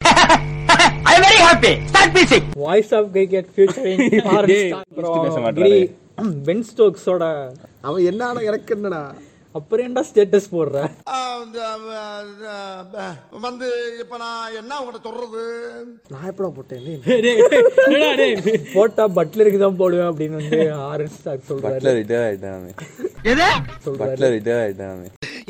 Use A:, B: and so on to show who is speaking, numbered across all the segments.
A: Stop start பீசிங்
B: voice of கை கேட் ஃபியூச்சரிங்
C: டேய், first பேச மாட்டாரு.
B: பென் ஸ்டோக்ஸோட
D: அவன் என்னடா எனக்கு என்னடா
B: அப்புறம் ஏன்டா ஸ்டேட்டஸ் போடுற
E: வந்து இப்ப நான் என்ன உங்கள்கிட்ட சொல்றது
D: நான் எப்படா போட்டேன் நீ
B: டேய், டேய், என்னடா டேய்? போட்டா பட்லருக்கு தான் போடுவேன் அப்படின்னு வந்து ஆரன் ஸ்டாக் சொல்றாரு
C: பட்லர் ரிட்டையர் ஆயிட்டான்
A: எது
C: பட்லர் ரிட்டையர் ஆயிட்டான்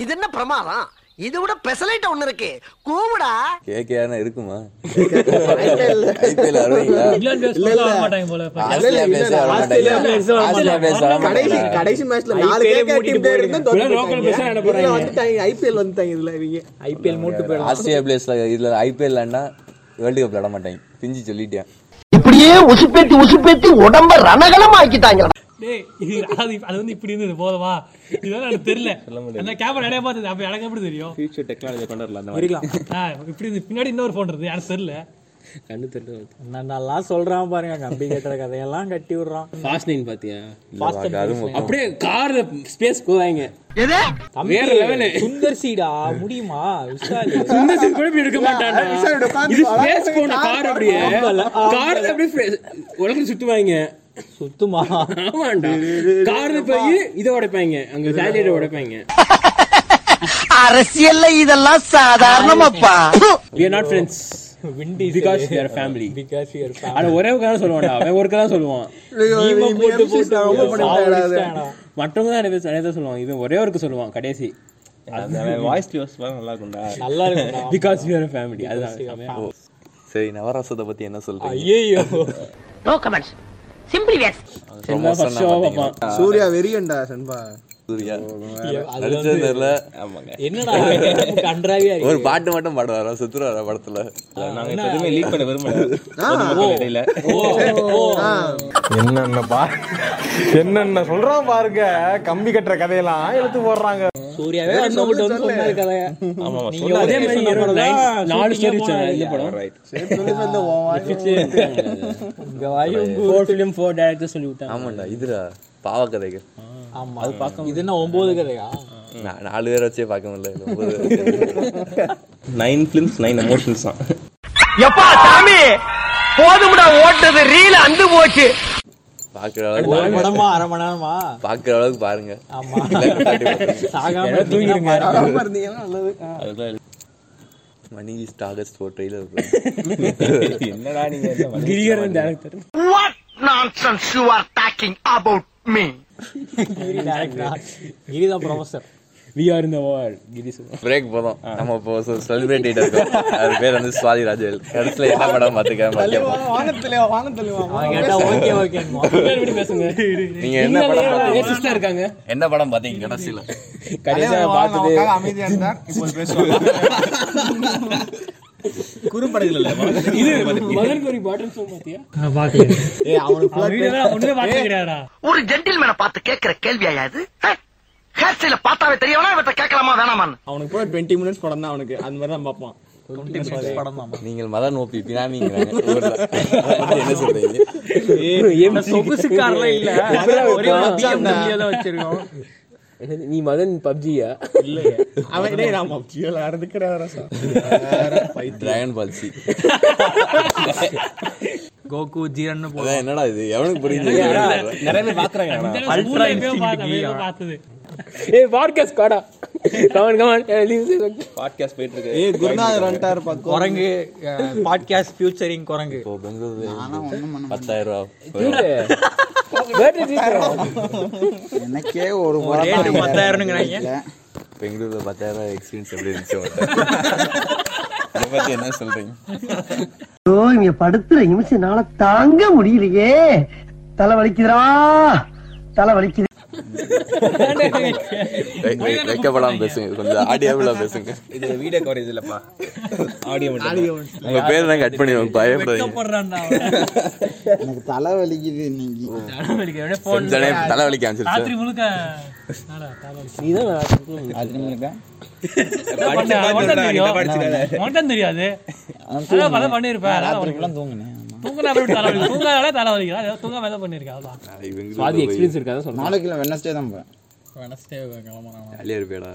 E: இது என்ன பிரமாதம் இது விட பெசலைட் ஒண்ணு இருக்கு கூவுடா
C: கேகேஆர்னா இருக்குமா
D: IPL.
C: ஐபிஎல் வருவீங்களா
F: இங்கிலாந்து players
D: இல்ல,
F: சொல்ல
D: இல்ல.
F: மாட்டாங்க போல இப்ப.
C: ஆஸ்திரேலியா பிளேஸ் வர
B: ஆஸ்திரேலியா players வர
D: கடைசி
C: மாட்டாங்க
D: கடைசி மேட்ச்ல நாலு
B: IPL
D: கேக்க
B: மூடிட்டு
D: டீம் பிளேயர் இருந்தா தோத்து
C: இவ்வளவு local
D: போயிட்டாங்க.
C: bus ஆ என்ன
D: இதுல
C: போறாங்க?
D: வந்துட்டாங்க ஐபிஎல் வந்துட்டாங்க இதுல இவங்க
B: ஐபிஎல் மூட்டு போயிடும்
C: ஆஸ்திரேலியா பிளேஸ்ல இதுல ஐபிஎல் வேண்டாம் வேர்ல்டு கப் விட மாட்டாங்க பிஞ்சு சொல்லிட்டேன்
A: இப்படியே உசுப்பேத்தி உசுப்பேத்தி உடம்ப ரணகலம் ஆக்கிட்டாங்க
F: டேய், இது அது அது வந்து இப்படி இருந்தது போதுமா இதெல்லாம் எனக்கு தெரியல அந்த கேமரா நிறைய பார்த்தது அப்ப எனக்கு எப்படி தெரியும்
C: ஃபியூச்சர் டெக்னாலஜி கொண்டு வரலாம் அந்த
B: இருக்கலாம்
F: ஆ, இப்படி இருந்து பின்னாடி இன்னொரு போன் இருந்து எனக்கு தெரியல
G: கண்ணு தட்டு
B: நான் நல்லா சொல்றான் பாருங்க கம்பி கட்டுற கதையெல்லாம் கட்டி விடுறான்
G: ஃபாஸ்ட் நைன் பாத்தியா
C: மாதிரி அதுவும் மொத்தம்
G: அப்படியே கார் ஸ்பேஸ் போவாங்க
A: எது
B: தம்பி,
G: வேற level.
B: சுந்தர் சீடா முடியுமா விஷால்
G: இந்த சீன் கூட இப்படி எடுக்க மாட்டான்டா
D: அது சார் உட்கார்ந்து
G: இது
D: அழகா
G: ஸ்பேஸ்
D: போய்
G: போன
D: car
G: கார் அப்படியே கார் அப்படியே fa- உலகம் சுத்துவாங்க
B: சுத்துமா
G: ஆமாண்டா கார்ல போய் இதை உடைப்பாங்க அங்க சேலரியை உடைப்பாங்க
A: அரசியல்ல இதெல்லாம் சாதாரணமாப்பா
G: we are not friends
B: Windies
G: because we are family
B: because your
G: ஆனா ஒரே ஒரு காரணம் சொல்லுவான்டா அவன் ஒரு தான் சொல்லுவான்
B: போட்டு போட்டு
D: ரொம்ப
B: அவன் சாவடிச்சிட்டானா.
G: மற்றவங்க தான் நிறைய பேர் நிறைய தான் சொல்லுவாங்க இவன் ஒரே ஒருக்கு சொல்லுவான் கடைசி
C: வாய்ஸ் யோசிப்பா நல்லா இருக்கும்டா
B: நல்லா இருக்கும்டா.
G: பிகாஸ் we are ஃபேமிலி அதுதான்
C: சரி நவராசத்தை பத்தி என்ன சொல்றீங்க
B: ஐயையோ
A: no comments simply ways
G: Chennai
C: Promotion
G: first show
C: எல்லாம்
G: பார்ப்பான்.
C: பாத்தீங்கன்னா,
D: சூர்யா வெறியண்டா செண்பா
C: சூர்யா
B: அது
C: நடிச்சது தெரியல ஆமாங்க
B: என்னடா கன்றாவியா
C: ஒரு
B: இருக்கு
C: பாட்டு மட்டும் பாடுவாரா சுத்துறாரா படத்துல
B: நாங்க
C: லீட் பண்ண விரும்பல இடையில
H: என்னென்னப்பா என்னென்ன சொல்றான் பாருங்க கம்பி கட்டுற கதையெல்லாம் எடுத்து போடுறாங்க
B: சூர்யாவே அண்ணன் விட்டு வந்து சொன்னாரு கதைய
C: ஆமா
B: நீங்க
G: அதே மாதிரி இருபது lines, நாலு ஸ்டோரி இந்த படம்
B: உங்க வாய் உங்க-
G: ஃபோர் ஃபிலிம் ஃபோர் டேரக்டர் சொல்லி விட்டாங்க
C: ஆமாண்டா இதுடா பாவக்கதைகள்
B: ஆமா அது பார்க்க இது என்ன ஒன்பது கதையா
C: நா- நாலு பேரை வச்சே பார்க்க முடியல நைன் ஃபிலிம்ஸ் நைன் எமோஷன்ஸ் தான்
A: எப்பா சாமி போதும்டா ஓட்டது ரீல் அந்து போச்சு
C: பாக்குற
B: ஒரு
C: அளவுக்கு
B: படமா அரை மணி நேரமா
C: பாக்குற அளவுக்கு பாருங்க
B: ஆமா
C: இல்லாட்டி பாட்டி பாருங்க.
B: சாகாம தூங்கிடுங்க
D: இருந்தீங்கன்னா நல்லது ஆ.
C: Money heist August four trailer
H: என்னடா நீங்க
G: கிரிகரன் director
A: what nonsense you are talking about me
B: Giri director ஆ? கிரிதான் professor
G: we are in the world Giri சொல்லுவான்
C: பிரேக் போதும் நம்ம இப்போ செலிப்ரேட் இருக்கோம் அது பேர் வந்து சுவாதி ராஜேல் கடைசியில் என்ன படம் பார்த்துக்க மதியம் பார்த்துக்க.
D: வானத்துலயா வானத்துலயா
B: அவன் கேட்டா ஓகே ஓகேன்னு
G: எப்படி பேசுங்க
C: நீங்க என்ன படம் பார்த்தீங்க
G: சிஸ்டர் இருக்காங்க
C: என்ன படம் பார்த்தீங்க கடைசியில்
G: கடைசியா பார்த்தது
D: அமைதியா இருந்தார் இப்போது பேசுவாங்க
G: இது மதன் கோரி பாட்டன் சோ பாத்தியா
D: ஏய் அவனுக்கு full ஆ
F: ஒண்ணுமே பார்க்க கிடையாடா
A: ஒரு ஜென்டில்மேனை பார்த்து கேட்கிற கேள்வியா இது ஹேர் ஸ்டைல பார்த்தாவே தெரியவனா இவத்த கேட்கலாமா வேணாமான்னு
D: அவனுக்கு போய் டுவெண்ட்டி மினிட்ஸ் படம் தான் அவனுக்கு அந்த மாதிரி தான் பார்ப்பான்
C: நீங்கள் மத நோப்பி பினாமிங்கிறாங்க ஊர்ல. அதை பத்தி என்ன சொல்றீங்க
B: சொகுசுக்காரெல்லாம் இல்ல ஒரே ஒரு BMW தான் வச்சிருக்கோம்
G: நீ மதன் பப்ஜியா
D: அவன் டேய் நான் PUBG விளையாடுறது கிடையாதுடா சார்.
C: டிராகன் பால்சி
B: கோகு ஜீரன்னு
C: அதான் என்னடா இது எவனுக்கு புரியுது
G: நிறைய பேர் பாக்குறாங்க
F: ஊர்ல எப்பயோ பார்த்த- எப்பயோ பார்த்தது
G: ஏய் பாட்காஸ்ட் காடா கமான் கமான்
C: பாட்காஸ்ட் போயிட்டு இருக்கு
D: ஏய் குருநாதர் வந்துட்டாரு பக்கம்
B: குரங்கு பாட்காஸ்ட் ஃபியூச்சரிங் குரங்கு
C: இப்போ பெங்களூர் பத்தாயிரம் ரூபா
I: எனக்கே ஒரு
B: ரேட்டு பத்தாயிரம்னுங்கிறாங்க
C: பெங்களூர்ல பத்தாயிரம் ரூபா எக்ஸ்பீரியன்ஸ் எப்படி இருந்துச்சு உங்கள்ட்ட? இதை பத்தி என்ன சொல்றீங்க
I: ஓ இங்க படுத்துற நிமிஷம் நாள தாங்க முடியலையே தலை வலிக்குதுடா தலை வலிக்குது
C: வெ- வெ- வெக்கப்படாம பேசுங்க கொஞ்சம் ஆடியோவில் பேசுங்க
H: இது வீடியோ கவரேஜ் இல்லப்பா
C: ஆடியோ உங்க பேர் நாங்க கட் பண்ணிடுவோம் பயப்படாதீங்க
I: எனக்கு தலை வலிக்குது நீங்க
C: செஞ்சனே தலைவலிக்க
F: ராத்திரி
C: ஆரம்பிச்சிருச்சு
F: முழுக்க என்னடா, காலை வலி. உனக்கு
H: படிச்சு
F: தெரியும்.
H: படிச்சுக்காத
F: உனக்கு தெரியாது அதான் பதம் பண்ணிருப்பேன் அதான் உனக்கு தூங்குனா அப்படி தலைவலி தூங்காதால தலைவலிக்கிறா ஏதோ தூங்காம ஏதோ பண்ணிருக்கா அதான்
G: பாதி எக்ஸ்பீரியன்ஸ் இருக்காத சொல்றேன்
I: நாளைக்கு வெனஸ்டே தான் போவேன்
C: ஜாலியா இருப்பேடா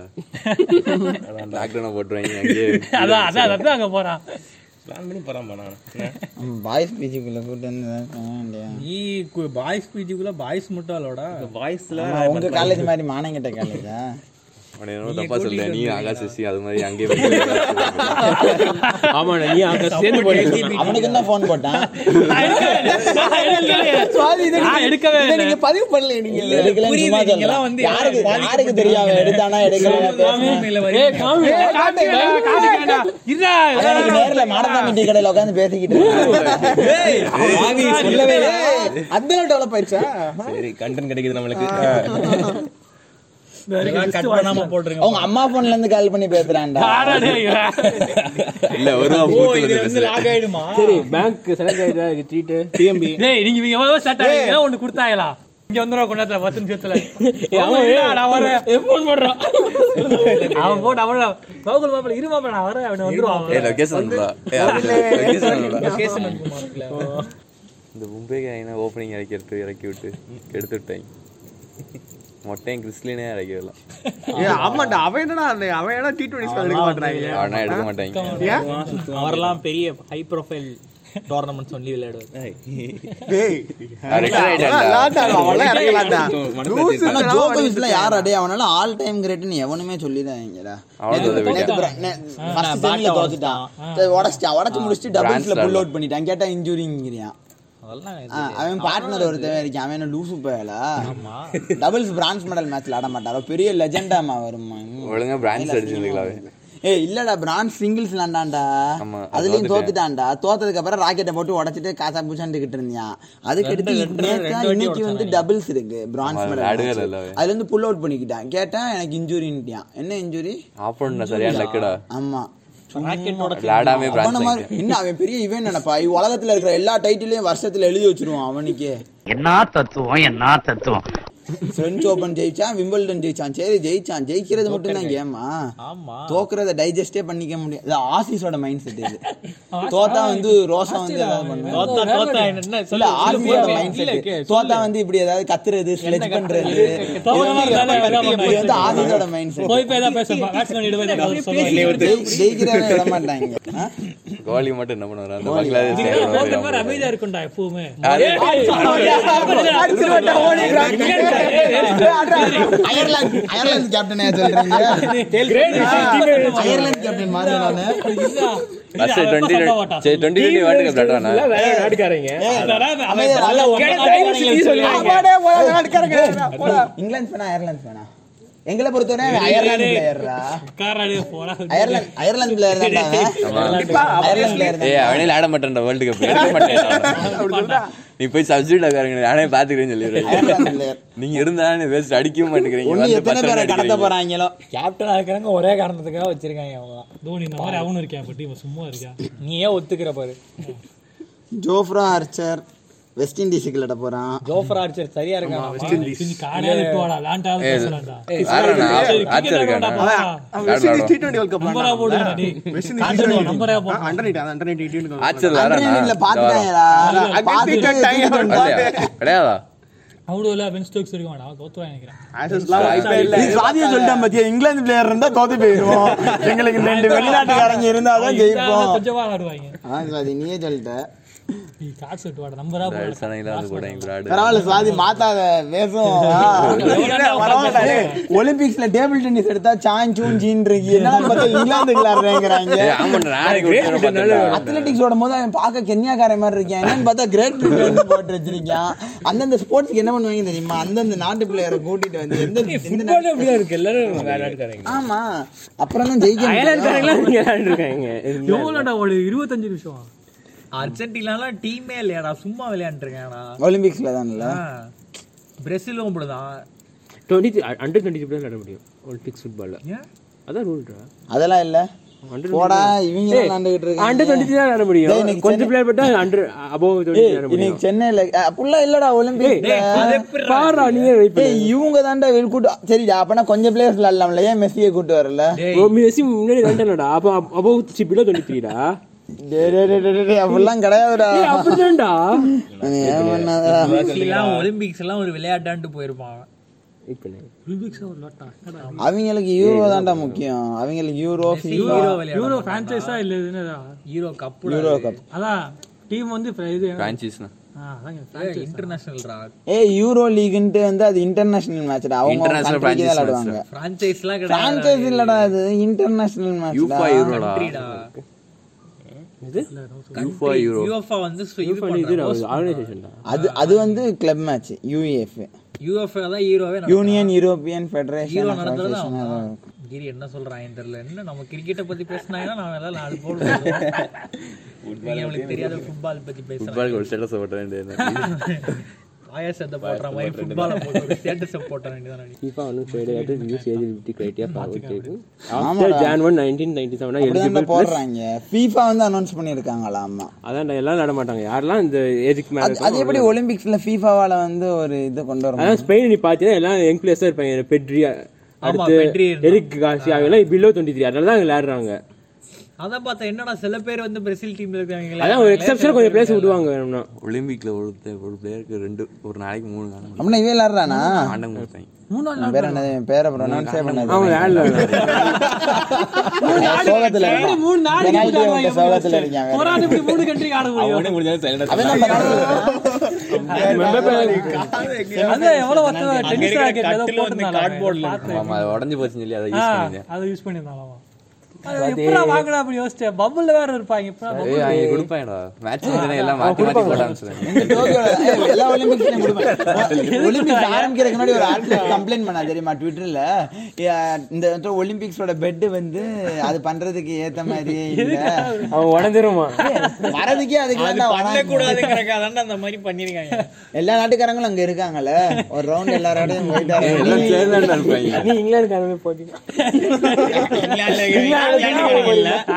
C: லாக்டவுனை போட்டுருவாங்க அங்கேயே
F: அதான் அதான் அதான் அங்க போறான்
D: பிளான் பண்ணி போறான் நான்
J: பாய்ஸ் பீச்சுக்குள்ள கூட்டு வந்து
B: நீ பாய்ஸ் பிஜிக்குள்ள பாய்ஸ் மட்டும் இல்லடா
D: வாய்ஸ்ல
J: உங்க காலேஜ் மாதிரி மானங்கிட்ட காலேஜா
C: உன்னை என்னமோ தப்பா சொல்லல நீ ஆகாசி அது மாதிரி அங்கேயே போய்
G: ஆமாண்ணா நீ அங்க சேர்ந்து போய்
J: அவனுக்கு தான் போன் போட்டான்
F: நான் எடுக்கவே- நான் எடுக்கவே-
J: சாரி இதை
F: நான்
J: நீங்க-
F: எடுக்கவே
J: இதை நீங்க பதிவு பண்ணல நீங்க எடுக்கல
F: புரியுது,
J: சும்மா
F: நீங்க எல்லாம்
J: சொல்றேன்
F: வந்து
J: யாருக்கு
F: யாருக்கு
J: யாருக்கு தெரியாம எடுத்தானா எடுக்கல
F: ஏய், காமி, காமி வேண்டாம், காமி வேண்டாம். இருடா,
J: நேர்ல மாடசாமி டீ கடையில உட்காந்து பேசிக்கிட்டு இருக்கான்.
F: ஏய்,
J: சாமி சொல்லவே இல்லை. அந்த டெவலப் ஆயிடுச்சா
D: சரி கண்டென்ட் கிடைக்குது நம்மளுக்கு
B: கட் பண்ணாம போட்டுருங்க
J: அவங்க அம்மா போன்ல இருந்து கால் பண்ணி பேசுறான்டா
F: ஆடா, டேய், இவன்.
C: இல்ல ஒரு நாள் பூத்துல இருந்து பேசுறேன்.
B: லாக் ஆயிடுமா
G: சரி பேங்க் செலக்ட் ஆயிட்டா ட்ரீட்டு டிஎம்பி
F: டேய், நீங்க இவங்க எவ்வளவோ set ஆனீங்க, ஒண்ணு கொடுத்தாங்களா? இங்க வந்துருவா கொண்டாத்துல, பத்து நிமிஷத்துல. அவன் இல்லடா, நான் வரேன். அவன் போட்டு அவன, கோகுல் மாப்பிள்ளை, இரு மாப்பிள்ளை, நான் வரேன், அவனு வந்துருவான்
C: ஏய்
F: அவன்.
C: லொகேஷன் அனுப்புடா. ஏய், அது location அனுப்புடா. இந்த மும்பை காயின ஓப்பனிங் இறக்கி எடுத்து இறக்கி விட்டு எடுத்து விட்டாங்க மொட்டையும் கிறிஸ்லினே இறக்கி விடலாம்
D: ஆமாடா அவன் என்னடா அந்த- அவன் ஏன்னா டி டுவெண்ட்டி எடுக்க மாட்டாங்க
C: ஆனா எடுக்க மாட்டாங்க
B: அவரெல்லாம் பெரிய ஹை ப்ரொஃபைல் டோர்னமெண்ட்ஸ் ஒன்லி விளையாடுவார்
C: நான் retire ஆயிட்டேன்டா.
J: ஆனா ஜோகோவிச்ல யார் அடைய அவனால ஆல் டைம் கிரேட்னு எவனுமே சொல்லிதான் வைங்கடா.
C: அவனும் அதை
J: நேத்து
C: விட்டான்.
J: பிர- நே- first time ல தோத்துட்டான். சரி, உடைச்சிட்டான். உடைச்சு முடிச்சுட்டு doublesல pull out பண்ணிட்டான். கேட்டா injuryங்கிறான். ஆ, அவன் partner ஒருத்தன் இருக்கான். அவன் என்ன லூசு பயலா? doubles bronze medal matchல ஆட மாட்டான். அவன் பெரிய legend ஆமா வருமா?
C: ஒழுங்கா பிரான்ஸ் அடிச்சிருந்துக்கலாவே
J: ஏய், இல்லடா bronze singles விளையாண்டான்டா.
C: ஆமா, அது
J: அதுலயும்
C: தோத்துட்டேன்.
J: தோத்துட்டான்டா. தோத்ததுக்கு அப்புறம் ராக்கெட்டை போட்டு உடைச்சிட்டு காசா பூசாண்டுகிட்டு இருந்தான். அதுக்கடுத்து நேத்தா இன்னைக்கு வந்து doubles இருக்கு bronze
C: ஆமா,
J: medal
C: விளையாடவே
J: match.
C: இல்லை அவன்.
J: அதுல இருந்து புல் அவுட் பண்ணிக்கிட்டான் கேட்டா எனக்கு இன்ஜூரின்ட்டான் என்ன இன்ஜூரி
C: ஆப்போனா சரியான லக்குடா
J: ஆமா
C: விளையாடாமே
J: அவன
C: பிரான்ஸ்
J: மாதிரி என்ன அவன் பெரிய இவன் நினைப்பா இவ் உலகத்துல இருக்கிற எல்லா டைட்டிலையும் வருஷத்துல எழுதி வச்சிருவான் அவனுக்கே
A: என்ன தத்துவம் என்ன தத்துவம்
J: பிரெஞ்ச் ஓபன் ஜெயிச்சான் விம்பிள்டன் ஜெயிச்சான் சரி ஜெயிச்சான் ஜெயிக்கிறது மட்டும் தான் கேமா
B: ஆமா.
J: தோக்குறத டைஜஸ்டே பண்ணிக்க முடியாது இது ஆசிஸோட மைண்ட் செட் இது தோத்தா வந்து ரோசா வந்து ஏதாவது பண்ணுவான்
B: தோத்தா தோத்தா என்ன
J: இல்ல
F: சொல்லு,
J: ஆசியோட
F: சொல்லு,
J: மைண்ட் செட்
F: கே,
J: தோத்தா வந்து இப்படி ஏதாவது கத்துறது ஸ்லெட்ஜ் பண்றது
F: தோத்தா மாதிரி வேலை வேலை
J: இப்படி வந்து
F: பண்ணுவான்.
J: ஆசிஸோட மைண்ட் செட்
F: போய் போய் ஏதாவது பேச, batsman கிட்ட போய் ஏதாவது சொல்லுவான்.
J: ஜெயிக்கிறவன் விட மாட்டாங்க ஆ?
C: கோலி மட்டும் என்ன பண்ணுவாரு அந்த பங்களாதேஷ் side
F: இதெல்லாம்
C: வருவாரு.
F: போக்கிற மாதிரி அமைதியா இருக்கும்டா எப்பவுமே
J: அயர்லாந்து அயர்லாந்து கேப்டனே சொல்றீங்க அயர்லாந்து கேப்டன் மாதிரி நானு
C: Last 20 சரி, 2020 World Cup விளையாடுறானா?
G: நாட்டுக்காரங்க
J: இங்கிலாந்து ஃபேனா அயர்லாந்து ஃபேனா எங்களை பொறுத்தவரை அவன் அயர்லாந்து பிளேயர்ரா அயர்லாந்து அயர்லாந்து பிளேயர் தான்
C: ஆமா.
J: அயர்லாந்து பிளேயர்
C: ஏய் அவனே விளையாட மாட்டேன்டா வேர்ல்டு கப் எடுக்க மாட்டேன் நானு. நீ போய் சப்ஸ்டியூட் ஆகாருங்க நானே பாத்துக்கிறேன்னு சொல்லிடுறேன்
J: அயர்லாந்து பிளேயர்
C: நீங்க இருந்தா வேஸ்ட் அடிக்கவே மாட்டேங்கிறீங்க
J: ஒண்ணு
C: வந்து
J: எத்தனை
C: பத்து run
J: பேரை கடத்த
C: அடிக்கிறீங்க.
J: போறாங்களோ
B: கேப்டனா இருக்கிறாங்க ஒரே காரணத்துக்காக வச்சிருக்காங்க அவங்க
F: தோனி இந்த மாதிரி அவனும் இருக்கா பட் இவன் சும்மா இருக்கா
B: நீ ஏன் ஒத்துக்கிற பாரு
J: ஜோஃப்ரா ஆர்ச்சர் வெஸ்ட் இண்டீஸுக்கு விளையாட போறான்
B: ஜோஃபர் ஆர்ச்சர் சரியா இருக்கான்
F: கொஞ்சம் காடையாவது விட்டு வாடா லாண்டாவது பேசலாம்டா
C: வேறண்ணா, ஆச்சரியம் இருக்காண்ணா.
D: West Indies T twenty World Cup
F: நம்பரா போடுடா நீ
D: வெஸ்ட்
F: நம்பரா- நம்பரா போடு
D: under night under night T twenty
C: ஆச்சரியம்
J: அன்றைய
C: வேறண்ணா.
J: வீட்டுல பாத்துட்டாங்கடா பாத்துட்டு
C: வரலையா? கிடையாதா?
F: அவ்வளோ இல்லை பென் ஸ்டோக்ஸ் இருக்க மாட்டான் தோத்துவான் நினைக்கிறேன்
D: ஆசஸ்லாம் வாய்ப்பே இல்ல
J: இது சாதியை சொல்லிட்டேன் பாத்தியா இங்கிலாந்து பிளேயர் இருந்தா தோத்து போயிருவோம் எங்களுக்கு ரெண்டு வெளிநாட்டுக்காரங்க இருந்தாதான் ஜெயிப்போம்
F: கொஞ்சமா விளாடுவாங்க
J: ஆ, சுவாதி நீயே சொல்லிட்ட
F: நீ காசு விட்டு வாடா நம்பரா
C: Girls
F: போடுடா
C: ஆனா இல்லாத கூட எங்க விளையாடு.
J: பரவாயில்ல சுவாதி மாத்தாத பேசும் ஆ. ஏய், ஒலிம்பிக்ஸ்ல டேபிள் டென்னிஸ் எடுத்தா சாங் சூன் ஜீன் இருக்கு என்ன பார்த்தா இங்கிலாந்து விளையாடுறேங்கிறாங்க
C: ஏய், ஆமாண்டா, நாளைக்கு ஒரு தடவை பார்த்தேன்டா.
J: அத்லெட்டிக்ஸ் ஓடும் போது அவன் பார்க்க கென்யாக்காரன் மாதிரி இருக்கான் என்னன்னு பார்த்தா கிரேட் பிரிட்டன் போட்டு வச்சிருக்கான் அந்தந்த ஸ்போர்ட்ஸ்க்கு என்ன பண்ணுவாங்க தெரியுமா அந்தந்த நாட்டு பிளேயரை கூட்டிட்டு வந்து எந்த எந்த நாட்டு-
G: அப்படியா இருக்கு எல்லாரும் வேற நாட்டுக்காரங்க
J: ஆமா அப்புறம் தான் ஜெயிக்க முடியும்.
G: அயர்லாந்துக்காரங்களா நீங்க விளையாண்டுருக்காங்க
F: எவ்வளோடா ஒரு இருபத்தஞ்சு நிமிஷம்
B: அர்ஜென்டினாலாம் டீமே இல்லையாடா சும்மா விளையாண்டுருக்கானா
J: ஒலிம்பிக்ஸ்ல தான்ல
B: பிரேசிலும் அப்படிதான்
G: டுவெண்ட்டி அண்டர் டுவெண்ட்டி தான் விளையாட முடியும் ஒலிம்பிக்ஸ் ஃபுட்பால்ல அதான் ரூல்டா
J: அதெல்லாம் இல்ல போடா இவங்க எல்லாம் விளையாண்டுகிட்டு
G: அண்டர்
J: இருக்காங்க
G: டுவெண்ட்டி தான் விளையாட
J: டேய்,
G: முடியும்
J: இன்னைக்கு
G: கொஞ்சம் பிளேயர் பட்டா அண்டர் அபோவ் டுவெண்ட்டி விளையாட முடியும்
J: இன்னைக்கு சென்னையில அப்படிலாம் இல்லடா ஒலிம்பிக்
G: பாரா நீ வெயிட்
J: ஏய் இவங்க தான்டா இவங்க கூட்டு சரிடா அப்பனா கொஞ்சம் பிளேயர்ஸ் விளாடலாம்ல ஏன் மெஸ்ஸியை கூட்டு வரல
G: மெஸ்ஸி முன்னாடி ரெண்டா அப்போ அபோவ் சிப்பில டுவெண்ட்டி த்ரீடா
J: டேய், டேய், டேய், டேய், டேய், அப்படிலாம் கிடையாதுடா
G: அப்படிதான்டா
J: நீ ஏன் பண்ணாதடா?
B: எல்லாம் ஒலிம்பிக்ஸ் எல்லாம் ஒரு விளையாட்டான்ட்டு போயிருப்பான்
C: வெயிட் பண்ணு
J: அவங்களுக்கு யூரோ தான்டா முக்கியம் அவங்களுக்கு யூரோ FIFA,
F: யூரோ ஃபிரான்ச்சைஸா இல்ல இது என்னதா
B: ஹீரோ கப்
J: யூரோ கப்
F: அதான் டீம் வந்து இப்ப இது
C: பிரான்ச்சைஸ்னா
F: ஆ, அதாங்க franchise.
B: இன்டர்நேஷனல்ரா
J: ஏ யூரோ லீக்ன்ட்டு வந்து அது இன்டர்நேஷனல் மேட்ச்டா அவங்க
C: International
J: கண்ட்ரிக்கு தான்
C: franchise
J: விளையாடுவாங்க
B: பிரான்சைஸ்லாம் கிடையாது
J: பிரான்சைஸ் இல்லடா அது இன்டர்நேஷனல்
C: யூஃபா
J: மேட்ச்டா
C: யூரோடா யூஃபா யூரோ
B: யூஎஃப்ஆ வந்து இது பண்றாங்க
G: ஆர்கனைசேஷன்டா
J: அது அது வந்து கிளப் மேட்ச் யூஎஃப்
B: யூஎஃப்ஆ தான் ஹீரோவே
J: யூனியன் யூரோப்பியன்
B: ஹீரோ
J: ஃபெடரேஷன்
B: நடந்தது அவன் கிரி என்ன சொல்றான் தெரியல என்ன நம்ம கிரிக்கெட்டை பத்தி பேசினாங்கன்னா நான் எல்லாம் நாலு போல் அவளுக்கு தெரியாத ஃபுட்பால் பத்தி பேசுறேன்
C: ஃபுட்பாலுக்கு ஒரு ஸ்டேட்டஸ் போட்ட வேண்டியது
B: ஆயாசத்தை போடுற மாதிரி ஃபுட்பாலை போட்டு ஒரு ஸ்டேட்டஸை போட்ட வேண்டியதான்
G: FIFA ஒன்றும் ஃபெயிலியர் ஆட்டு use eligibility criteria forward table after
J: ஆமாடா.
G: ஜான் ஒன் நைன்டீன் நைன்டி செவனா
J: அப்படிதான் போடுறாங்க FIFA வந்து அனௌன்ஸ் பண்ணிருக்காங்களா ஆமா
G: அதான்டா எல்லாம் நட மாட்டாங்க யாரெல்லாம் இந்த ஏஜுக்கு மேல
J: அது- அது எப்படி ஒலிம்பிக்ஸ்ல ஃபீஃபாவால வந்து ஒரு இது கொண்டு வர
G: அதான் ஸ்பெயின் நீ பார்த்தீங்கன்னா எல்லாம் யங் பிளேயர்ஸாக இருப்பாங்க பெட்ரியா அடுத்து
B: பெட்ரி இருந்தான்.
G: எரிக் காசி அவங்கெல்லாம் பிலோ டுவெண்ட்டி த்ரீ அதனால தான் விளையாடுறாங்க
B: அதான் பார்த்தா என்னடா சில பேர் வந்து பிரேசில் டீம்ல இருக்காங்க
G: அதான் ஒரு எக்ஸப்ஷனாக கொஞ்சம் பிளேஸ் விடுவாங்க வேணும்னா
C: ஒலிம்பிக்ல ஒரு ஒரு பிளேயருக்கு ரெண்டு ஒரு நாளைக்கு மூணு காலம்
J: அப்படின்னா இவே விளாடுறானா
C: ஆண்டம் கொடுத்தாங்க
J: பேர என்னது என் பேரை ப்ரொனவுன்ஸே பண்ணாது
G: அவன் விளையாடல
J: சோகத்துல இருக்கான்
F: மூணு நாளைக்கு
J: பெனால்டி
F: விளையாடுவாங்க
J: அவன்கிட்ட சோகத்துல இருக்கான் வேற.
F: போராட்டம் இப்படி மூணு கண்ட்ரி ஆட முடியும் அது எவ்வளவு ஒத்த டென்னிஸ் ராக்கெட் ஏதோ போட்டுருந்தாங்க
C: ஆமா அது உடஞ்சு போச்சுன்னு சொல்லி அதை
F: ஆ,
C: யூஸ் பண்ணிருந்தேன்
F: அதை யூஸ் பண்ணியிருந்தாங்களாமா அது எப்படா வாங்கினா அப்படி யோசிச்சேன் பபுள்ல வேற இருப்பாங்க எப்படா bubble-
C: ஏய் அவங்க கொடுப்பாங்கடா மேட்ச் எல்லாம் மாத்தி மாத்தி போட ஆரம்பிச்சிருக்காங்க
J: இந்த டோக்கியோல ஏய், எல்லா ஒலிம்பிக்ஸ்லயும் கொடுப்பேன் ஒலிம்பிக்ஸ் ஆரம்பிக்கிறதுக்கு முன்னாடி ஒரு ஆர்டிஸ்ட் கம்ப்ளைண்ட் பண்ணா தெரியுமா ட்விட்டர்ல இந்த வந்து ஒலிம்பிக்ஸோட பெட் வந்து அது பண்றதுக்கு ஏத்த மாதிரியே இல்ல
G: அவன் உடஞ்சிருமா
J: வரதுக்கே அதுக்கு தான் வராங்க.
B: அந்த மாதிரி பண்ணிருக்காங்க
J: எல்லா நாட்டுக்காரங்களும் அங்க இருக்காங்கல்ல ஒரு ரவுண்ட் எல்லாரோடையும் போயிட்டு
C: ஏய்,
J: வராங்க.
C: எல்லாம் சேர்ந்தாண்டா இருப்பாங்க
G: நீ இங்கிலாந்து போட்டி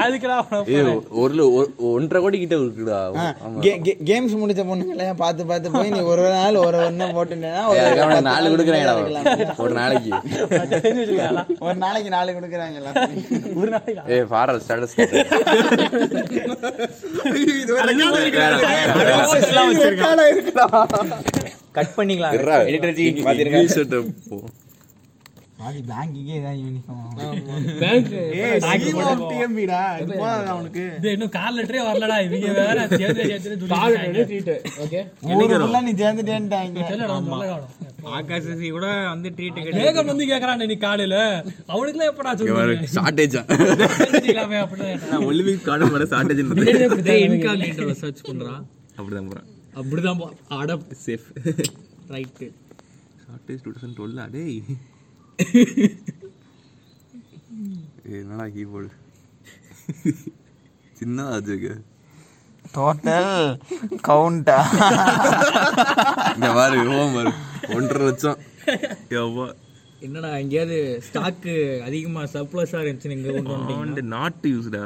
F: அதுக்கெல்லாம் அவன
C: ஏய், ஒரு லு- ஒரு- ஒன்றரை கோடி கிட்ட இருக்குடா ஆமா.
J: கேம்ஸ் முடிச்ச பொண்ணுங்களே பார்த்து பார்த்து போய் நீ ஒரு ஒரு நாள் ஒரு ஒண்ணு போட்டுட்டேன்னா ஒரு
C: ஏய், அதுக்கு அவனுக்கு
J: பத்து
C: நாலு
J: நாள்
C: கொடுக்குறாங்கடா
J: இருக்கலாம்.
C: ஒரு நாளைக்கு
J: ஒரு நாளைக்கு நாலு கொடுக்குறாங்களா
F: ஒரு நாளைக்கு
C: ஏய் பாரா ஸ்டேட்டஸ்
B: கட் பண்ணிக்கலாம்
J: அது பேங்கிங்கே இதான் யூனிஃபார்ம்
D: அவனுக்கு
F: இது இன்னும் கால் லெட்டரே வரலடா இவங்க வேற சேர்ந்து சேர்ந்து
J: ஊரு ஃபுல்லா நீ சேர்ந்துட்டேன்ட்டாங்க
B: ஆகாசி கூட வந்து ட்ரீட் கிடையாது
F: வந்து கேக்குறான் நீ காலையில அவனுக்குலாம் எப்படா
C: ஷார்டேஜா
F: சொல்லுவாங்க அப்படின்னு
C: நான் ஒலிம்பிக் கார்டு மேல ஷார்டேஜ்
B: இன்காக்னிட்டோ சர்ச் பண்றான்
C: அப்படிதான் போறேன்
B: அப்படிதான் போ- அட
C: safe
B: right
C: shortage two thousand twelve அடேய் ஏய், என்னடா கீபோர்டு சின்ன ஆச்சுக்கு
J: டோட்டல் கவுண்டா
C: இந்த மாதிரி ஓம் பாரு ஒன்றரை லட்சம் எவ்வளோ
B: என்னடா எங்கேயாவது ஸ்டாக்கு அதிகமா சர்ப்ளஸா இருந்துச்சு நீங்க கொண்டு வந்து
C: ஆண்டு நாட்டு யூஸ்டா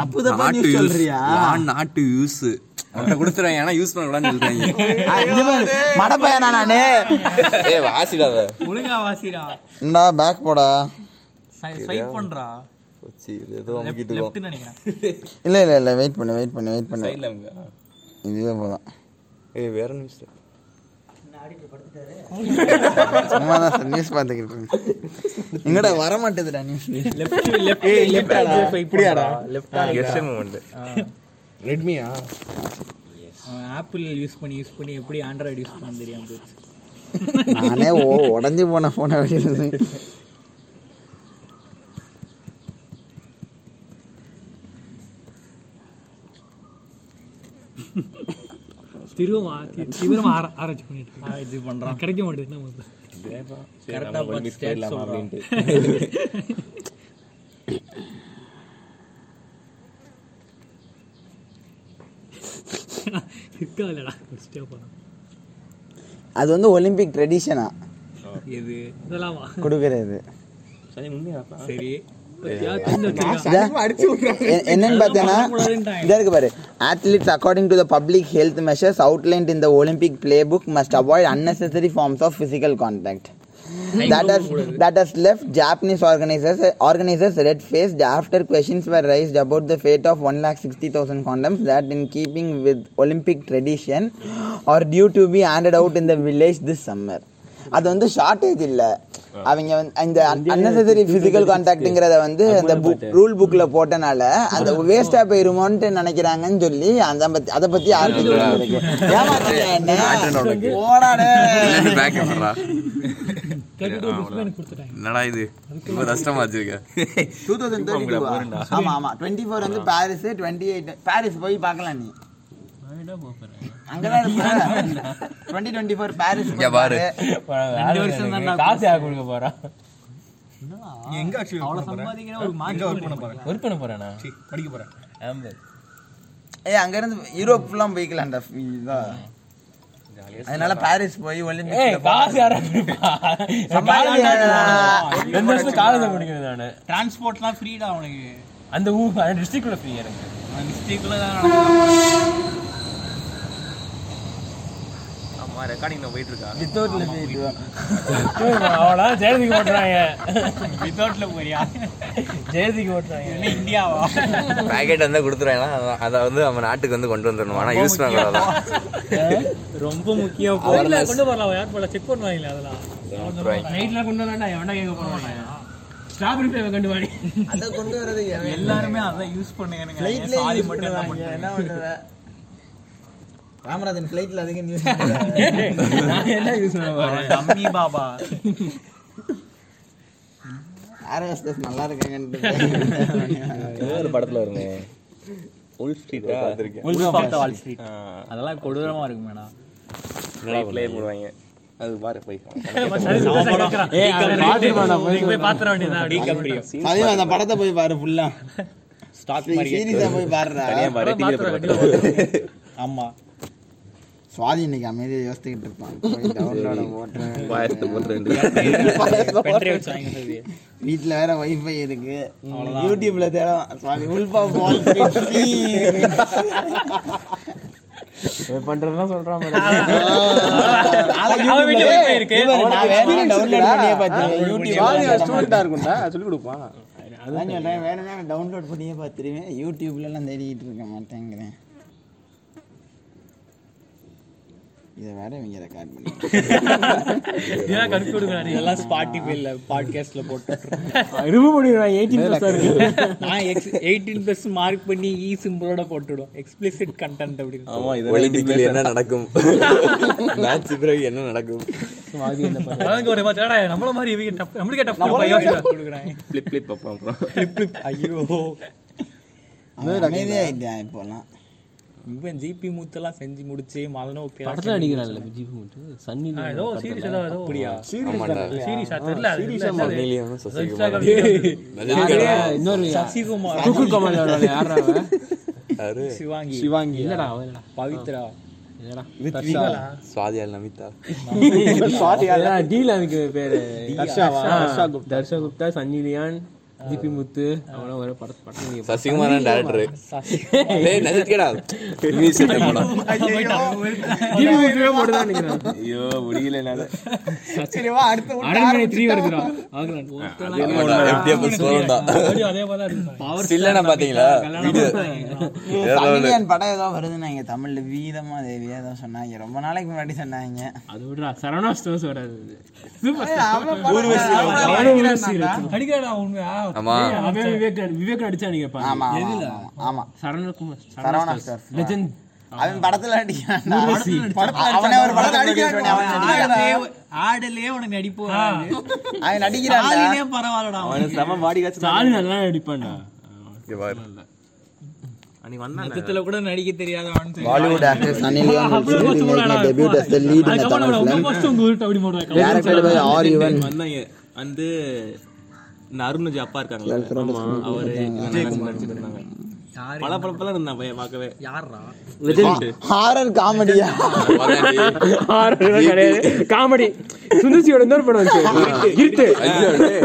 J: தப்பு தப்பா
C: நாட்டு
J: நியூஸ்
C: யூஸ்
J: சொல்றியா
C: நான் நாட்டு யூஸ் அவன்கிட்ட கொடுத்துறாங்க ஏன்னா யூஸ் பண்ணக்கூடாதுன்னு சொல்றாங்க
J: மடப்பையனா நானு
C: ஏ வாசிடாத
B: ஒழுங்கா வாசிடா
J: இந்தா பேக் போடா
B: ஸ்வைப் பண்றா
C: போச்சு இது ஏதோ அமுக்கிட்டு இருக்கோம்
B: லெஃப்ட்னு நினைக்கிறேன்
J: இல்ல இல்ல இல்ல வெயிட் பண்ணு வெயிட் பண்ணு வெயிட் பண்ணு இதுவே போதும்
C: ஏய் வேற நியூஸ்
J: சும்மா தான் சார் நியூஸ் பார்த்துக்கிட்டு இருக்கேன் இங்கடா வர மாட்டேதுடா நியூஸ்
C: கெஸ்ட் மூமெண்ட்
D: ரெட்மியா
B: ஆப்பிள் யூஸ் பண்ணி யூஸ் பண்ணி எப்படி ஆண்ட்ராய்டு யூஸ் பண்ண தெரியாம போச்சு
J: நானே ஓ உடஞ்சி போன போன வச்சிருந்து
F: திரும்ப ஆ- தீவிரமா ஆர- ஆராய்ச்சி பண்ணிட்டு இது பண்றான் கிடைக்க மாட்டேங்குது என்ன பண்றது?
B: கரெக்டா பார்த்து ஸ்டேட் சொல்றான்
F: இருக்கா இல்லடா ஸ்டே பண்ணா
J: அது வந்து ஒலிம்பிக் ட்ரெடிஷனா
B: இது
F: இதெல்லாம் வா.
J: கொடுக்கறது
B: சரி
F: யார் தின்னு வச்சிருக்கா?
J: எ- என்னன்னு பார்த்தேன்னா இதா இருக்கு பாரு athletes according to the public health measures outlined in the olympic playbook must avoid unnecessary forms of physical contact that has that has left japanese organizers organizers red faced after questions were raised about the fate of 160000 condoms that in keeping with olympic tradition are due to be handed out in the village this summer அது வந்து shortage இல்ல அவங்க வந்து இந்த unnecessary physical கான்டாக்ட்ங்கிறத வந்து அந்த rule புக்ல போட்டனால அந்த வேஸ்டா போயிருமோன்ட்டு நினைக்கிறாங்கன்னு சொல்லி அந்த பத்தி அதை பத்தி ஆர்டிகல் இருக்கு ஏமாத்துறியா என்ன போடாடே
C: பேக் பண்ணுறா
K: கொடுத்துட்டாங்க
C: என்னடா இது ரொம்ப கஷ்டமா வச்சிருக்க
J: டூ தௌசண்ட் தேர்ட்டி ஆமா ஆமா டுவெண்ட்டி ஃபோர் வந்து பாரிஸ் டுவெண்ட்டி எயிட் பாரிஸ் போய் பார்க்கலாம் நீ அங்கதான் டுவெண்ட்டி டுவெண்ட்டி ஃபோர் பாரிஸ்
C: இங்க பாரு.
K: ரெண்டு வருஷம் தான் காசு யார் கொடுக்க போறா ஒர்க் பண்ண போறானா ஆம்பர்
J: ஏய் அங்க இருந்து யூரோப் ஃபுல்லாம் போய்க்கலாம்டா இதான் அதனால பாரிஸ் போய்
K: ஏய்
J: ஒலிம்பிக்
K: காசு யாரா கொடுப்பா
J: சமாளி
K: ரெண்டு வருஷம் காலேஜ் படிக்கிறது நானு
B: டிரான்ஸ்போர்ட்லாம் ஃப்ரீடா அவனுக்கு
K: அந்த ஊர் அந்த டிஸ்ட்ரிக்ட் உள்ள ஃப்ரீ எனக்கு
B: மிஸ்டேக்ல தான்
J: வித்தவுட்ல போயிட்டு
K: அவளா ஜெயலலிதிக்கு ஓட்டுறாங்க
B: வித்தவுட்ல போறியா
K: ஜெயலலிதிக்கு ஓட்டுறாங்க
B: இல்ல இந்தியாவா
C: பேக்கெட் வந்து கொடுத்துறாங்கன்னா அத- அத வந்து நம்ம நாட்டுக்கு வந்து கொண்டு வந்துடணும் ஆனா யூஸ் பண்ணக்கூடாதான்
G: ரொம்ப முக்கியம்
K: கோயில கொண்டு வரலாம் யார் போல செக் பண்ணுவாங்களே அதெல்லாம்
C: பண்ணுவாங்க.
K: நைட்ல கொண்டு வரலாம் எவனா கேட்க போறாங்க ஸ்ட்ராபெரி ஃபேவர் கண்டு வாடி
J: அத கொண்டு வரது
B: எல்லாருமே அதான் யூஸ் பண்ணுங்க
J: ஃளைட்ல யூஸ் பண்ணுவாங்க என்ன பண்றது ராமராஜன் ஃளைட்ல அதிகம் யூஸ்
K: நான் என்ன யூஸ் பண்ண போறேன்
B: டம்மி பாபா
J: பண்ணுவாங்க நல்லா இருக்காங்கன்னு
C: ஒரு படத்துல வருமே உல் ஸ்ட்ரீட்டா
B: அதெல்லாம் கொடூரமா இருக்கும் மேடம்
C: ப்ளே பண்ணுவாங்க அது பாரு போய்
K: போய் பாத்திர வேண்டியதான் அப்படி
J: அதையும் அந்த படத்தை போய் பாரு ஃபுல்லா ஸ்டாக் சீரியஸா போய் பாருடா
C: தனியா பாரு டிவியில போட்டு
J: ஆமா சுவாதி இன்னைக்கு அமைதியா யோசிச்சுக்கிட்டு இருப்பான் போய் download போட்டு.
C: பாயசத்தை போட்டு ரெண்டு
J: வீட்ல வேற வைஃபை இருக்கு யூடியூப்ல தேட சுவாதி உல்பா பால்
L: பண்றதுலாம் சொல்றான்
K: அவன் வீட்டுல wifi இருக்கு.
L: ஸ்டூடெண்டா இருக்கும்டா சொல்லி கொடுப்பான்
J: டவுன்லோட் பண்ணியே பார்த்துருவேன் யூடியூப்ல எல்லாம் தேடிக்கிட்டு இருக்க மாட்டேங்கிறேன் இதை வேற இவங்க ரெக்கார்ட் பண்ணி
K: இதெல்லாம் கணக்கு கொடுக்குறாரு
B: எல்லாம் ஸ்பாட்டிஃபைல பாட்காஸ்ட்ல போட்டு
L: ரிமூவ் பண்ணிடுவான் எயிட்டீன் பிளஸ் இருக்கு
B: நான் எக்ஸ் எயிட்டீன் ப்ளஸ் மார்க் பண்ணி இ சிம்பிளோட போட்டுவிடும் எக்ஸ்பிளிசிட் கண்டென்ட் அப்படின்னு
C: ஆமா ஒலிம்பிக்ல என்ன நடக்கும் மேட்ச் பிறகு என்ன நடக்கும்
K: அவனுக்கு ஒரு பாத்திரடா நம்மள மாதிரி இவங்க tough- நம்மளுக்கே டஃப் கொடுக்குறாங்க
C: பிளிப் பிளிப் அப்பா அப்புறம்
J: அவன் அமைதியாயிட்டான் இப்போலாம்
B: இவன் ஜிபி மூத்தெல்லாம் செஞ்சு முடிச்சு மதனோ
K: படத்துல அடிக்கிறான்ல ஜிபி மட்டும் சன்னி ஏதோ சீரியஸ் ஏதோ ஏதோ அப்படியா
C: ஆமாடா
K: சீரியஸா தெரியல அது இல்ல, அது
C: டெய்லியும் சசிகுமார்
K: Instagram-
C: ரஜினிகாந்த்
G: இன்னொரு
B: சசிகுமார்
G: குக்கு கமல் யாரா அவன்?
C: யாரு
B: சிவாங்கி
L: சிவாங்கி
G: இல்லடா அவன் இல்லடா
B: பவித்ரா
G: இல்லடா
C: சுவாதியால் நமிதா
G: இல்லடா, டீல் எனக்கு பேரு Dharsha Gupta Darsha Gupta Sunny Leone GB Muthu அவனும் ஒரு படத்து படம் நீங்க
C: சசிகுமாரன் டேரக்டர் டேய் நஜித் கேடா நீ செட்ட படம்
G: ஜிபி முத்துவே போட்டுதான் நினைக்கிறேன்
C: ஐயோ முடியல என்னால
G: அரண்மனை த்ரீ வருதுடா
C: ஆமாடா, எப்படியா போய் சொல்லணும்டா
K: அப்படியே அதே மாதிரி தான் இருக்கு
C: ஸ்டில்லான பாத்தீங்களா வீடியோ வேற level.
J: தமிழியன் படம் ஏதோ வருதுன்னு இங்க தமிழ்ல வீரமா தேவி ஏதோ சொன்னாங்க ரொம்ப நாளைக்கு முன்னாடி சொன்னாங்க
G: அது விடுறா சரவணா ஸ்டோர்ஸ் வராது இது.
K: அடிக்கடா உண்மையா
C: ஆமா
G: அவன் விவேக் விவேக் அடிச்சா நீங்க பாருங்க.
J: ஆமா ஆமா, ஆமா, ஆமா
G: சரவணகுமார்
J: சரவணா ஸ்டார்
G: லெஜெண்ட்
J: அவன் படத்துல அடிக்கிறான்டா அவனே ஒரு படத்துல அடிக்கிறான் அவன் நடிக்கிறான்டா.
B: ஆடலே உனக்கு நடிப்பு வராது.
J: அவன் நடிக்கிறான்டா
B: ஆளிலே பரவாயில்லடா அவனுக்கு.
G: ஸ்டாலின் நல்லா நடிப்பான்டா
C: இங்க பாரு
B: மொத்தத்துல கூட நடிக்க தெரியாத அவன் சரி.
J: Bollywood actor Sunny Leon will
K: அவ்வளவு
J: soon be
K: மோசமாடா.
J: making a debut as the lead in a
K: அதுக்கப்புறம்
J: Tamil
K: நம்ம
J: film,
K: ரொம்ப first உங்க ஊர்ட்ட அப்படி போடுறாங்க.
J: directed by R. Yuvan.
B: வந்தாங்க வந்து இந்த அருணுஜ் அப்பா இருக்காங்களா அவரு விஜயகுமார் இருந்தாங்க பல படப்பெல்லாம் இருந்தான் பையன் பார்க்கவே
J: Horror comedy ஆ?
G: ஆறு இதெல்லாம் கிடையாது காமெடி சுந்தர்சியோட இன்னொரு படம் வந்துச்சு இருட்டு
C: ஐயோ, டேய்.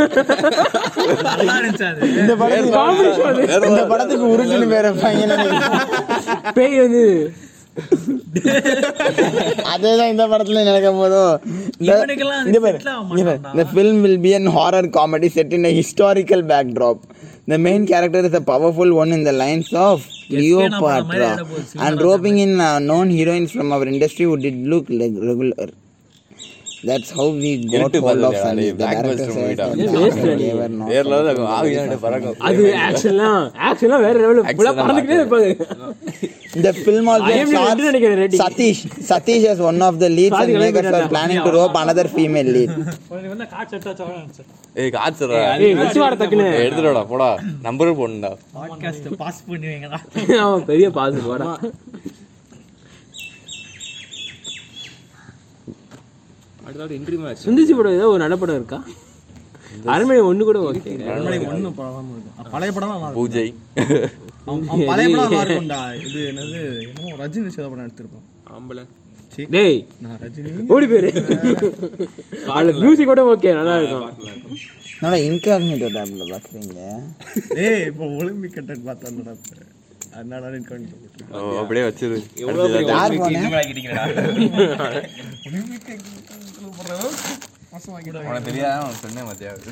J: இந்த படத்துக்கு இந்த படத்துக்கு உருட்டுன்னு பேர் வைப்பாங்க
G: பேய் வந்து
J: அதேதான் இந்த படத்துல நடக்கும் போதும் இந்த-
B: இவனுக்கெல்லாம்
J: இங்க பாரு,
B: set ஆக
J: இங்க பாரு. The film will be an horror comedy set in a historical backdrop. The main character is a powerful one in the lines of Cleopatra and roping in uh, known heroines from our industry who did look like regular. That's how we got
C: இருட்டு
J: hold of
C: பாத்துட்டியா?
J: Sunny.
C: டேய்,
J: The
C: black
J: director
C: bastard
J: said
C: movieடா.
J: Sunny
G: ஏய், waste
J: Deol
G: டா நீ.
J: never not
C: வேற level
J: like
C: இருக்கும்.
J: Sunny
C: ஆவியானோட
J: Deol.
C: பறக்கும்.
G: அது ஆக்ஷன்லாம் ஆக்ஷன்லாம் வேற லெவல்
C: Action
G: ஃபுல்லா
C: எல்லாம்
G: பறந்துக்கிட்டே இருப்பாங்க
J: The film also
G: IMDb
J: stars
G: ரெண்டு நினைக்கிறேன் rating.
J: Satish. Satish is one of the leads and
G: Sorry,
J: makers
G: sorry.
J: were planning to rope another female lead.
C: ஏய், காய்ச்சல்டா.
G: ஏய் வச்சு வாட தக்குன்னு
C: ஏய், எடுத்துடுடா, போடா. number போடணும்டா.
G: அவன் பெரிய பாசு போடா
M: அடுத்த என்ட்ரி மேட்ச்
G: சுந்தரிசி படம் ஏதோ ஒரு நடப்படம் இருக்கா அரண்மனை ஒண்ணு கூட ஓகே
N: பழைய படம் நல்லா இருக்கும்
C: பூஜை
N: அவன் பழைய படம் நல்லா இருக்கும்டா இது என்னது என்னமோ ரஜினி சேதா படம் எடுத்திருப்பான்
M: ஆம்பளை
G: டேய்
N: நான் ரஜினி
G: ஓடி போயிரு அதுல மியூசிக் கூட ஓகே நல்லா இருக்கும்
J: நல்லா incognito tabல பாக்குறீங்க.
N: ஏய் இப்போ ஒலிம்பிக் கண்டென்ட் பார்த்தா நடப்பு அதனால எனக்கு
C: ஓ, அப்படியே வச்சிரு
J: யார் போனேன்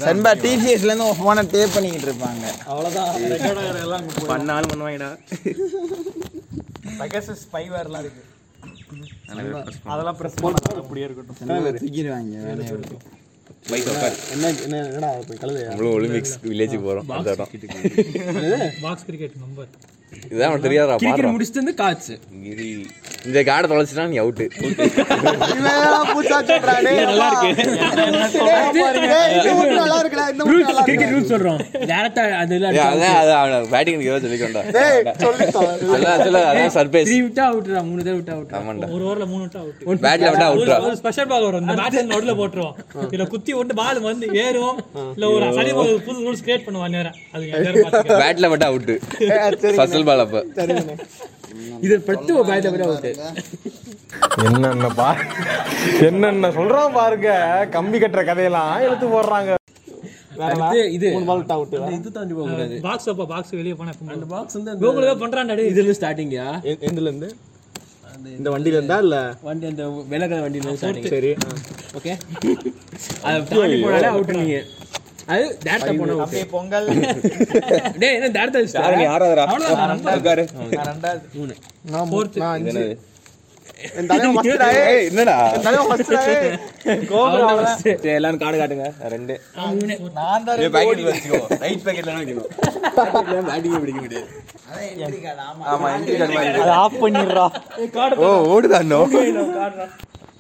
J: சண்பா டிசிஎஸ்ல இருந்து போன டேப் பண்ணிக்கிட்டு இருப்பாங்க
M: பண்ணாலும் பண்ணுவாங்கடா
J: தூக்கிடுவாங்க வேலையை விட்டு.
N: என்ன என்ன என்னடா போய் கழுதையா
C: நம்மளும் ஒலிம்பிக்ஸ் வில்லேஜுக்கு போறோம் அந்த இடம்.
B: பாக்ஸ் கிரிக்கெட் நம்பர்
C: இதான் அவன் தெரியாதா பாடுறான்.
G: முடிச்சுட்டு வந்து காச்சு
C: கிரி. இந்த காடை தொலைச்சுனா நீ அவுட்டு
J: இவன் புதுசா சொல்றான். டேய், டேய், இந்த ஊரு நல்லா இருக்குடா, இந்த ஊரு நல்லா இருக்குடா.
B: சொல்றோம்
G: டேரக்டா அது இல்ல
C: அதான் அதான் அவனை பேட்டிங் சொல்லிக்கோண்டா
J: டேய், சொல்லிட்டோம்.
C: சொல்ல சொல்ல அதான் சர்ப்ரைஸ்
G: த்ரீ விட்டா அவுட்ரா மூணு தடவை விட்டா அவுட்
C: ஆமாண்டா
B: ஒரு ஓவர்ல மூணு விட்டா அவுட்
C: பேட்ல விட்டா அவுட்ரா
B: ஒரு ஸ்பெஷல் பால் வரும் இந்த பேட்ஸ்மேன் நடுல போட்டுருவோம் இதுல குத்தி விட்டு பால் வந்து ஏறும் இல்ல ஒரு சளி பால் ஒரு புது ரூல்ஸ் கிரியேட் பண்ணுவான் நேரா அது என் பேர் பாத்துக்க
C: பேட்ல விட்டா அவுட்டு ஃபசல் பால் அப்ப
G: இது பட்டு ஒரு பேட்ல விட அவுட்
O: என்னென்ன பா என்னென்ன சொல்றான் பாருங்க கம்பி கட்டுற கதையெல்லாம் எடுத்து போடுறாங்க
G: அடுத்து இது
N: இது தாண்டி போக
B: பாக்ஸ் அப்பா பாக்ஸ் வெளிய போனா எப்பவும்
N: பாக்ஸ் வந்து
B: கோகுல பண்றான் டாடி
G: இதுல ஸ்டார்டிங்கா
N: எ- எதுல இருந்து இந்த வண்டியில இருந்தா இல்ல
G: வண்டி அந்த வெள்ளை கலர் வண்டியில ஸ்டார்டிங் சரி ஓகே அதை தாண்டி போனாலே அவுட் நீங்க அது டேரக்டா போன ஓகே பொங்கல் டேய் என்ன டேரக்டா
C: என்னடா
G: சரி எல்லாரும் காடு காட்டுங்க ரெண்டு
C: பேக்கெட் வச்சுக்கோ ரைட் பேக்கெட்ல வைக்கணும் பேட்டிங் பிடிக்க முடியாது ஆமா entry card மாதிரி. ஓ ஓடுதா இன்னும்